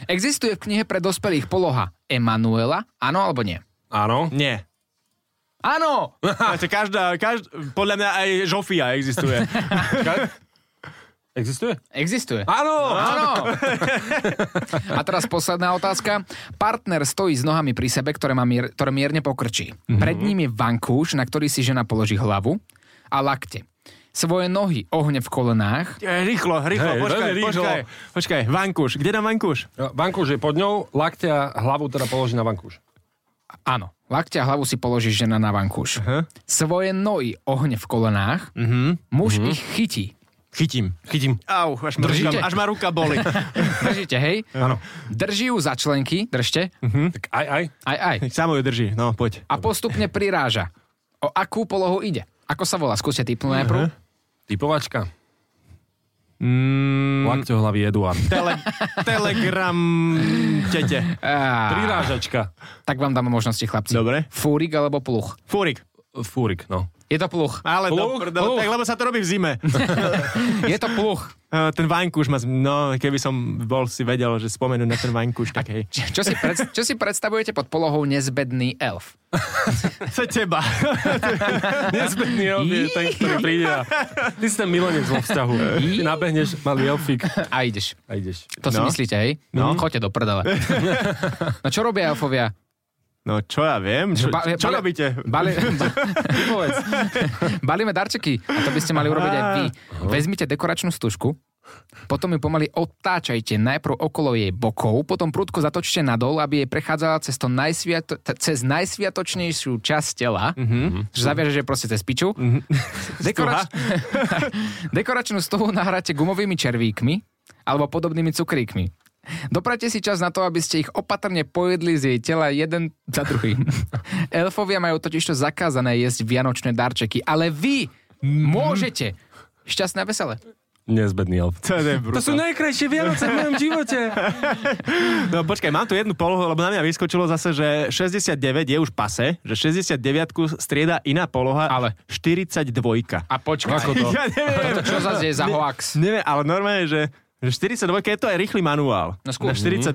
[SPEAKER 1] Existuje v knihe pre dospelých poloha Emanuela, áno alebo nie?
[SPEAKER 3] Áno.
[SPEAKER 2] <laughs> Nie.
[SPEAKER 1] Áno!
[SPEAKER 2] Znači, každá, každá, podľa mňa aj Žofia existuje.
[SPEAKER 3] Existuje?
[SPEAKER 1] Existuje.
[SPEAKER 3] Áno.
[SPEAKER 1] Áno. <laughs> A teraz posledná otázka. Partner stojí s nohami pri sebe, ktoré, má mier, ktoré mierne pokrčí. Pred ním je vankúš, na ktorý si žena položí hlavu a lakte. Svoje nohy ohne v kolenách.
[SPEAKER 2] E, <laughs> Rýchlo, rýchlo,
[SPEAKER 3] Hej,
[SPEAKER 2] počkaj,
[SPEAKER 3] veľmi rýchlo.
[SPEAKER 2] počkaj, počkaj, vankuš, kde dám vankuš?
[SPEAKER 3] Vankúš je pod ňou, laktia hlavu teda položí na vankúš.
[SPEAKER 1] Áno, lakte a hlavu si položí žena na vankúš. Svoje nohy ohne v kolenách. Muž ich chytí.
[SPEAKER 2] Chytím.
[SPEAKER 3] Chytím.
[SPEAKER 2] Au, až ma,
[SPEAKER 1] Držíte?
[SPEAKER 2] ruka, až ma ruka boli.
[SPEAKER 1] Držíte, hej? Áno. Drží ju za členky, držte.
[SPEAKER 3] Tak aj, aj.
[SPEAKER 1] Aj, aj.
[SPEAKER 2] <laughs> Samo ju drží, no poď.
[SPEAKER 1] A postupne priráža. O akú polohu ide? Ako sa volá? Skúste typnúť najprv.
[SPEAKER 3] Typovačka.
[SPEAKER 2] Mm,
[SPEAKER 3] Lakťohlavý Eduard.
[SPEAKER 2] <laughs> tele, telegram tete.
[SPEAKER 1] Á.
[SPEAKER 3] Prirážačka.
[SPEAKER 1] Tak vám dáme možnosti, chlapci.
[SPEAKER 2] Dobre.
[SPEAKER 1] Fúrik alebo pluch?
[SPEAKER 2] Fúrik.
[SPEAKER 3] Fúrik, no.
[SPEAKER 1] Je to pluch.
[SPEAKER 2] Ale do
[SPEAKER 3] Pluch,
[SPEAKER 2] prdele,
[SPEAKER 3] pluch.
[SPEAKER 2] tak lebo sa to robí v <laughs> zime.
[SPEAKER 1] Je to pluch.
[SPEAKER 2] E, ten vankuš ma, z- no keby som bol si vedel, že spomenú na ten vankuš, tak <laughs> hej.
[SPEAKER 1] Č- Čo si, pred, čo si predstavujete pod polohou nezbedný elf?
[SPEAKER 2] Co teba?
[SPEAKER 3] Nezbedný elf je ten, ktorý príde a ty si ten milenec vo vzťahu. Ty nabehneš malý elfík
[SPEAKER 1] A ideš.
[SPEAKER 3] a ideš.
[SPEAKER 1] To si
[SPEAKER 2] No.
[SPEAKER 1] myslíte, hej? No. Choďte do
[SPEAKER 2] <laughs>
[SPEAKER 1] prdele. No čo robia elfovia?
[SPEAKER 2] No čo ja viem, čo,
[SPEAKER 1] Ba-
[SPEAKER 2] čo
[SPEAKER 1] bali-
[SPEAKER 2] robíte?
[SPEAKER 1] Bali, ba, <laughs> balíme darčeky. A to by ste mali urobiť aj vy.
[SPEAKER 2] Ah.
[SPEAKER 1] Vezmite dekoračnú stužku, potom ju pomaly otáčajte najprv okolo jej bokov, potom prudko zatočte nadol, aby jej prechádzala cez, to najsviato- t- cez najsviatočnejšiu časť tela,
[SPEAKER 2] Mhm.
[SPEAKER 1] mm-hmm. že zaviaže, že proste cez piču. Mm-hmm. Dekorač... <laughs> Dekoračnú stuhu nahráte gumovými červíkmi alebo podobnými cukríkmi. Doprajte si čas na to, aby ste ich opatrne pojedli z jej tela jeden za <laughs> druhým. Elfovia majú totižto zakázané jesť vianočné darčeky, ale vy Mm-hmm. môžete. Šťastné a veselé.
[SPEAKER 3] Nezbedný elf.
[SPEAKER 2] <laughs> To, je
[SPEAKER 3] To sú najkrajšie Vianoce v mojom živote.
[SPEAKER 2] No počkaj, mám tu jednu polohu, lebo na mňa vyskočilo zase, že 69 je už pase, že 69 strieda iná poloha,
[SPEAKER 1] Ale.
[SPEAKER 2] 42.
[SPEAKER 1] A počkaj. Ako
[SPEAKER 2] Ja <laughs> neviem,
[SPEAKER 1] Čo zase je za hoax?
[SPEAKER 2] neviem, ale normálne, že, že 42 je to aj rýchly manuál.
[SPEAKER 1] No skús.
[SPEAKER 2] Na 42.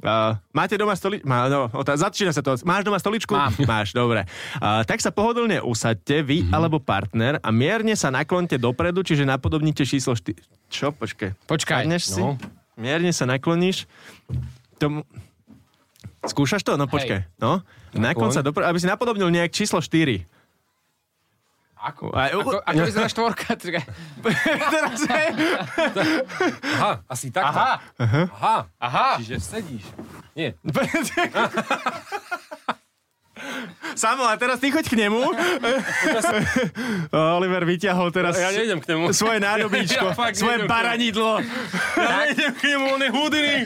[SPEAKER 2] Uh, máte doma stoličku? Má, no, otá- začína sa to. Máš doma stoličku?
[SPEAKER 1] Mám.
[SPEAKER 2] Máš, dobre. Uh, tak sa pohodlne usaďte, vy
[SPEAKER 1] Mhm.
[SPEAKER 2] alebo partner, a mierne sa naklonte dopredu, čiže napodobnite číslo 4. Čo? Počkaj.
[SPEAKER 1] Počkaj.
[SPEAKER 2] Sadneš si,
[SPEAKER 3] No.
[SPEAKER 2] mierne sa nakloníš, tomu, Skúšaš to? No počkaj. No, na konca, dopr- aby si napodobnil nejak číslo 4.
[SPEAKER 1] Ako?
[SPEAKER 2] A-
[SPEAKER 1] Ako, ako vyzerá štvorka? Čakaj.
[SPEAKER 2] <laughs> Teraz je...
[SPEAKER 3] Aha, asi takto. Aha. Aha. Aha. Čiže sedíš. Nie.
[SPEAKER 2] <laughs> Samo, a teraz ty choď k nemu. <laughs> Oliver vyťahol teraz
[SPEAKER 3] Ja nejdem k nemu.
[SPEAKER 2] svoje nádobíčko,
[SPEAKER 3] <laughs> Ja fakt
[SPEAKER 2] svoje
[SPEAKER 3] nejdem k nemu.
[SPEAKER 2] baranidlo.
[SPEAKER 3] Ja nejdem k nemu, on je hudiny.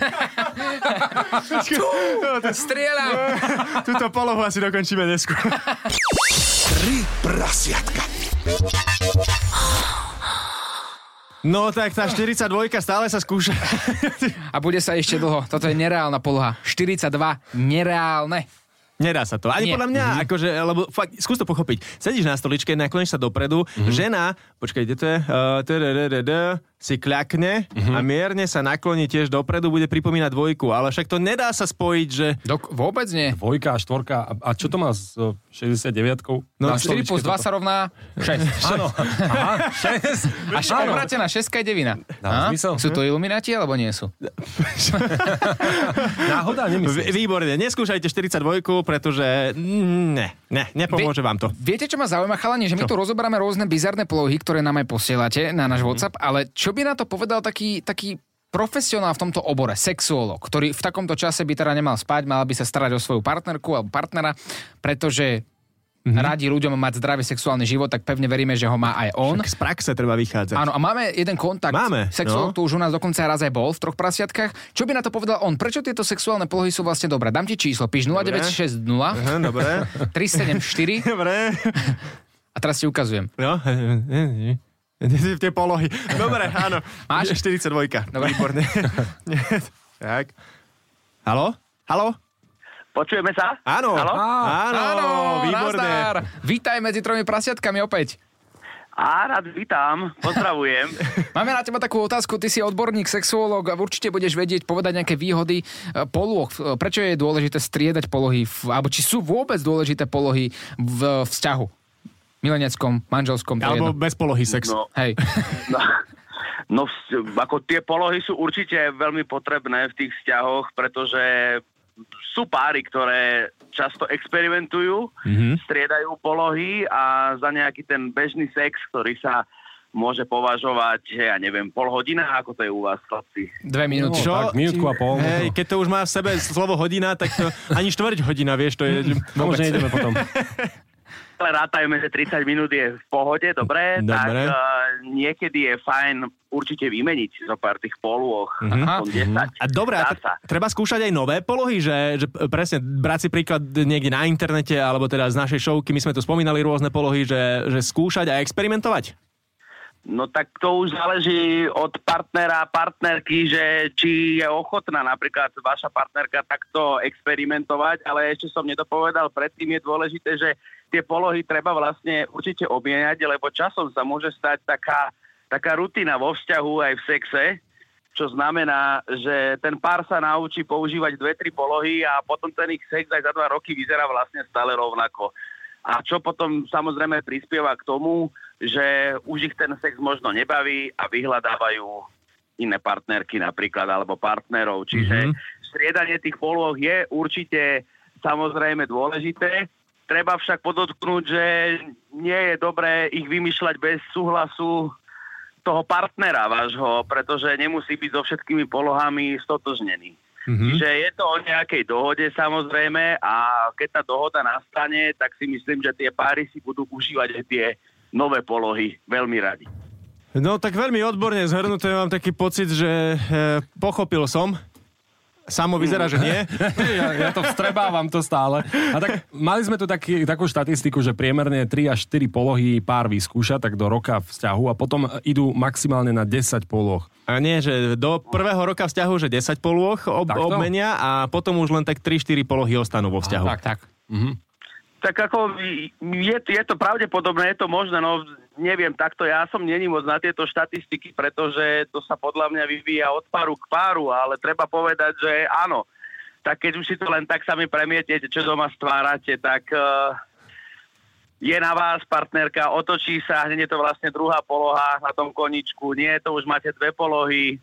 [SPEAKER 2] No,
[SPEAKER 1] Strieľam!
[SPEAKER 2] Tuto polohu asi dokončíme neskôr.
[SPEAKER 4] Tri prasiatka.
[SPEAKER 2] No tak tá 42 stále sa <laughs> skúša.
[SPEAKER 1] A bude sa ešte dlho. Toto je nereálna poloha. 42. Nereálne.
[SPEAKER 2] Nedá sa to. Ani
[SPEAKER 1] Nie.
[SPEAKER 2] podľa mňa, akože, lebo fakt, skús to pochopiť. Sedíš na stoličke, nakloniš sa dopredu, žena, počkaj, kde to je? Uh, trrrrrd, si kľakne a mierne sa nakloní tiež dopredu, bude pripomínať dvojku, ale však to nedá sa spojiť, že...
[SPEAKER 1] Dok- vôbec nie.
[SPEAKER 3] Dvojka a štvorka. A, a čo to má s e, 69-kou?
[SPEAKER 2] No,
[SPEAKER 3] Na
[SPEAKER 1] 4
[SPEAKER 3] stoličke
[SPEAKER 1] plus 2
[SPEAKER 3] toto.
[SPEAKER 1] sa rovná 6.
[SPEAKER 3] Áno. Aha, 6.
[SPEAKER 1] A 6 obrátená 6 je devina. A?
[SPEAKER 3] Dáva zmysel.
[SPEAKER 1] Sú to ilumináti alebo nie sú?
[SPEAKER 3] Náhoda, nemyslím.
[SPEAKER 2] V- výborne, neskúšajte 42, pretože ne, ne, nepomôže vám to.
[SPEAKER 1] Viete, čo Mhm. ma zaujíma, chalani, že my tu rozoberáme rôzne bizarné polohy, ktoré nám aj posielate na náš WhatsApp, ale čo by na to povedal taký, taký profesionál v tomto obore, sexuolog, ktorý v takomto čase by teda nemal spať, mal by sa starať o svoju partnerku alebo partnera, pretože mm-hmm. radi ľuďom mať zdravý sexuálny život, tak pevne veríme, že ho má aj on.
[SPEAKER 2] Z praxe treba vychádzať.
[SPEAKER 1] Áno, a máme jeden kontakt.
[SPEAKER 2] Máme,
[SPEAKER 1] Sexuolog
[SPEAKER 2] no.
[SPEAKER 1] tu už u nás dokonca raz aj bol v troch prasiatkách. Čo by na to povedal on? Prečo tieto sexuálne polohy sú vlastne dobré? Dám ti číslo. Píš 0960
[SPEAKER 2] Aha, no. dobre.
[SPEAKER 1] 374
[SPEAKER 2] dobre.
[SPEAKER 1] a teraz ti ukazujem.
[SPEAKER 2] <laughs> No, tie polohy. Dobre, áno.
[SPEAKER 1] Máš?
[SPEAKER 2] 42.
[SPEAKER 1] Dobre.
[SPEAKER 2] Výborne. tak. Halo? Halo?
[SPEAKER 6] Počujeme sa?
[SPEAKER 2] Áno.
[SPEAKER 6] Haló?
[SPEAKER 2] Áno, výborné.
[SPEAKER 1] nazdar. Vítaj medzi tromi prasiatkami opäť.
[SPEAKER 6] Á, rád vítam, pozdravujem.
[SPEAKER 1] Máme na teba takú otázku, ty si odborník, sexuológ a určite budeš vedieť povedať nejaké výhody e, poloh. E, Prečo je dôležité striedať polohy, v, alebo či sú vôbec dôležité polohy v vzťahu? Mileneckom, manželskom, to je
[SPEAKER 2] Alebo
[SPEAKER 1] jedno.
[SPEAKER 2] bez polohy sex.
[SPEAKER 6] No,
[SPEAKER 2] <laughs>
[SPEAKER 1] Hej.
[SPEAKER 6] no, no vz- ako tie polohy sú určite veľmi potrebné v tých vzťahoch, pretože sú páry, ktoré často experimentujú, mm-hmm. striedajú polohy a za nejaký ten bežný sex, ktorý sa môže považovať, ja neviem, pol hodina, ako to je u vás, chlapci.
[SPEAKER 1] Dve minúty.
[SPEAKER 3] Čo? Tak minútku a pol.
[SPEAKER 2] Hej, keď to už má v sebe slovo hodina, tak to ani štvrť hodina, vieš, to je...
[SPEAKER 3] No už nejdeme potom.
[SPEAKER 6] Ale rátajme, že 30 minút je v pohode, dobre?
[SPEAKER 2] Dobre.
[SPEAKER 6] Tak uh, niekedy je fajn určite vymeniť zo pár tých polôch, aspoň 10.
[SPEAKER 2] A dobré, a
[SPEAKER 6] Dá
[SPEAKER 2] tr-
[SPEAKER 6] sa.
[SPEAKER 2] treba skúšať aj nové polohy, že, že presne brať si príklad niekde na internete alebo teda z našej showky, my sme tu spomínali rôzne polohy, že, že skúšať a experimentovať.
[SPEAKER 6] No tak to už záleží od partnera, partnerky, že či je ochotná napríklad vaša partnerka takto experimentovať, ale ešte som nedopovedal, predtým je dôležité, že tie polohy treba vlastne určite obmieniať, lebo časom sa môže stať taká, taká rutina vo vzťahu aj v sexe, čo znamená, že ten pár sa naučí používať dve, tri polohy a potom ten ich sex aj za dva roky vyzerá vlastne stále rovnako. A čo potom samozrejme prispieva k tomu, že už ich ten sex možno nebaví a vyhľadávajú iné partnerky napríklad, alebo partnerov. Čiže mm-hmm. striedanie tých poloh je určite samozrejme dôležité. Treba však podotknúť, že nie je dobré ich vymýšľať bez súhlasu toho partnera vášho, pretože nemusí byť so všetkými polohami stotožnený. Mm-hmm. Čiže je to o nejakej dohode samozrejme a keď tá dohoda nastane, tak si myslím, že tie páry si budú užívať aj tie nové polohy veľmi radi.
[SPEAKER 2] No tak veľmi odborne zhrnuté mám taký pocit, že e, pochopil som. Samo vyzerá, že <laughs> nie.
[SPEAKER 3] ja, <laughs> ja to vstrebávam to stále. A tak mali sme tu taký, takú štatistiku, že priemerne 3 až 4 polohy pár vyskúša, tak do roka vzťahu a potom idú maximálne na 10 poloh.
[SPEAKER 2] A nie, že do prvého roka vzťahu, že 10 polôch ob-
[SPEAKER 3] Takto?
[SPEAKER 2] obmenia a potom už len tak 3-4 polohy ostanú vo vzťahu.
[SPEAKER 1] Tak, tak.
[SPEAKER 6] Tak ako je, je to pravdepodobné, je to možné, no neviem, takto ja som není moc na tieto štatistiky, pretože to sa podľa mňa vyvíja od páru k páru, ale treba povedať, že áno, tak keď už si to len tak sami premietete, čo doma stvárate, tak uh, eh, je na vás partnerka, otočí sa, hneď je to vlastne druhá poloha na tom koničku. Nie, to už máte dve polohy.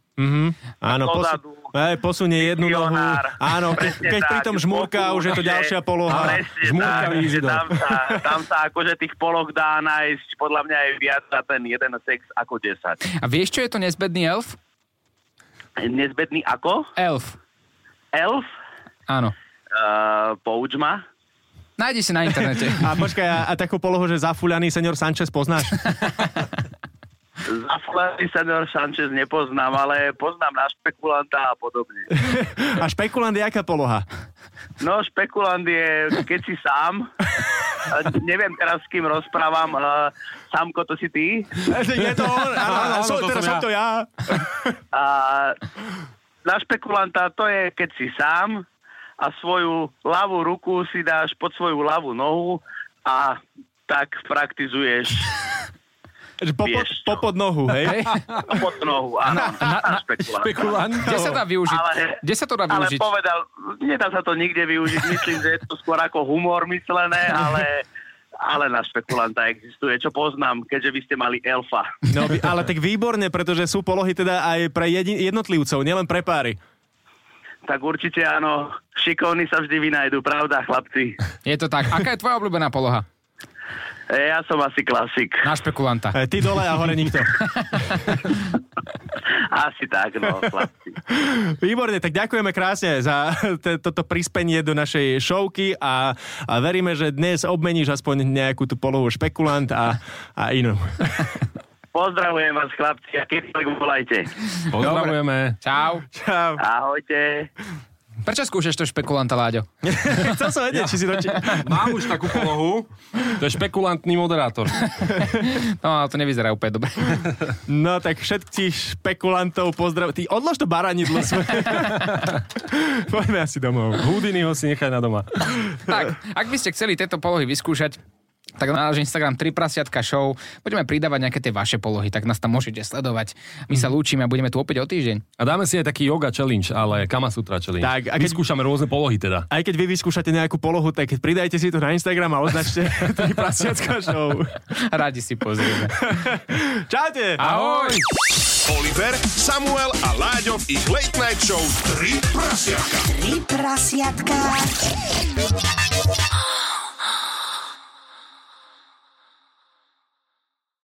[SPEAKER 2] Áno,
[SPEAKER 6] Dozadu.
[SPEAKER 2] posu, aj, posunie jednu nohu.
[SPEAKER 6] Vizionár.
[SPEAKER 2] Áno, ke,
[SPEAKER 6] Presne
[SPEAKER 2] keď
[SPEAKER 6] tak,
[SPEAKER 2] pritom
[SPEAKER 6] z
[SPEAKER 2] žmurka,
[SPEAKER 6] boku,
[SPEAKER 2] už je to
[SPEAKER 6] že-
[SPEAKER 2] ďalšia poloha.
[SPEAKER 6] Presne
[SPEAKER 3] Žmurka
[SPEAKER 6] tak,
[SPEAKER 3] vidíš
[SPEAKER 6] že
[SPEAKER 3] do-
[SPEAKER 6] tam, sa, tam sa akože tých poloh dá nájsť podľa mňa aj viac za ten jeden sex ako 10.
[SPEAKER 1] A vieš, čo je to nezbedný elf?
[SPEAKER 6] Nezbedný ako?
[SPEAKER 1] Elf.
[SPEAKER 6] Elf?
[SPEAKER 1] Áno.
[SPEAKER 6] Uh, pouč ma.
[SPEAKER 1] Nájdi si na internete.
[SPEAKER 2] A počkaj, a, a takú polohu, že zafúľaný senior Sanchez poznáš?
[SPEAKER 6] Zafulárny senior Sanchez nepoznám, ale poznám na špekulanta a podobne.
[SPEAKER 2] A špekulant je aká poloha?
[SPEAKER 6] No, špekulant je, keď si sám, A neviem teraz, s kým rozprávam, uh, Samko, to si ty,
[SPEAKER 2] Je to on, áno, áno,
[SPEAKER 3] áno,
[SPEAKER 2] som,
[SPEAKER 3] to som
[SPEAKER 2] teraz som
[SPEAKER 3] ja.
[SPEAKER 2] to ja.
[SPEAKER 6] a na špekulanta to je, keď si sám a svoju ľavú ruku si dáš pod svoju ľavú nohu a tak
[SPEAKER 1] <laughs>
[SPEAKER 6] praktizuješ
[SPEAKER 2] Že Popod,
[SPEAKER 6] Vieš čo.
[SPEAKER 2] popod nohu, hej?
[SPEAKER 6] pod nohu. Áno, na, špekulanta.
[SPEAKER 3] Špekulant.
[SPEAKER 1] Kde sa dá využiť?
[SPEAKER 6] Ale-
[SPEAKER 1] Kde sa to dá využiť?
[SPEAKER 6] Ale povedal, nedá sa to nikde využiť. Myslím, že je to skôr ako humor myslené, ale, ale na špekulanta existuje, čo poznám, keďže vy ste mali elfa.
[SPEAKER 2] No, vy- ale tak výborne, pretože sú polohy teda aj pre jedin, jednotlivcov, nielen pre páry.
[SPEAKER 6] Tak určite áno, šikovní sa vždy vynajdu, pravda, chlapci?
[SPEAKER 1] Je to tak. Aká je tvoja obľúbená poloha?
[SPEAKER 6] E, Ja som asi klasik.
[SPEAKER 1] Na špekulanta.
[SPEAKER 2] E, Ty dole a hore nikto.
[SPEAKER 6] Asi tak, no, chlapci.
[SPEAKER 2] Výborne, tak ďakujeme krásne za <laughs> t- toto prispenie do našej šovky a, a veríme, že dnes obmeníš aspoň nejakú tú polohu špekulant a, a inú. <laughs>
[SPEAKER 6] Pozdravujem vás, chlapci, a kedykoľvek volajte.
[SPEAKER 3] Pozdravujeme.
[SPEAKER 1] Čau.
[SPEAKER 2] Čau.
[SPEAKER 6] Ahojte.
[SPEAKER 1] Prečo skúšaš to špekulanta, Láďo?
[SPEAKER 2] Chcel som vedieť, či si to... Či...
[SPEAKER 3] Mám už takú polohu. To je špekulantný moderátor.
[SPEAKER 1] No, ale to nevyzerá úplne dobre.
[SPEAKER 2] No tak všetkých špekulantov pozdrav... Ty odlož to baranidlo svoje. <laughs> Poďme asi domov.
[SPEAKER 3] Houdini ho si nechaj na doma.
[SPEAKER 1] tak, ak by ste chceli tieto polohy vyskúšať, tak na náš Instagram 3 prasiatka show budeme pridávať nejaké tie vaše polohy, tak nás tam môžete sledovať. My sa lúčime a budeme tu opäť o týždeň. <laughs>
[SPEAKER 3] A dáme si aj taký yoga challenge, ale Kama Sutra challenge.
[SPEAKER 2] Tak, a keď-
[SPEAKER 3] a keď... Vyskúšame rôzne polohy teda.
[SPEAKER 2] Aj keď vy vyskúšate nejakú polohu, tak pridajte si to na Instagram a označte <laughs> tri prasiacká show. <laughs>
[SPEAKER 1] Radi si pozrieme.
[SPEAKER 2] Čaute!
[SPEAKER 1] Ahoj!
[SPEAKER 4] Oliver, Samuel a Láďo v ich Late Night Show 3 prasiatka.
[SPEAKER 7] Tri prasiatka.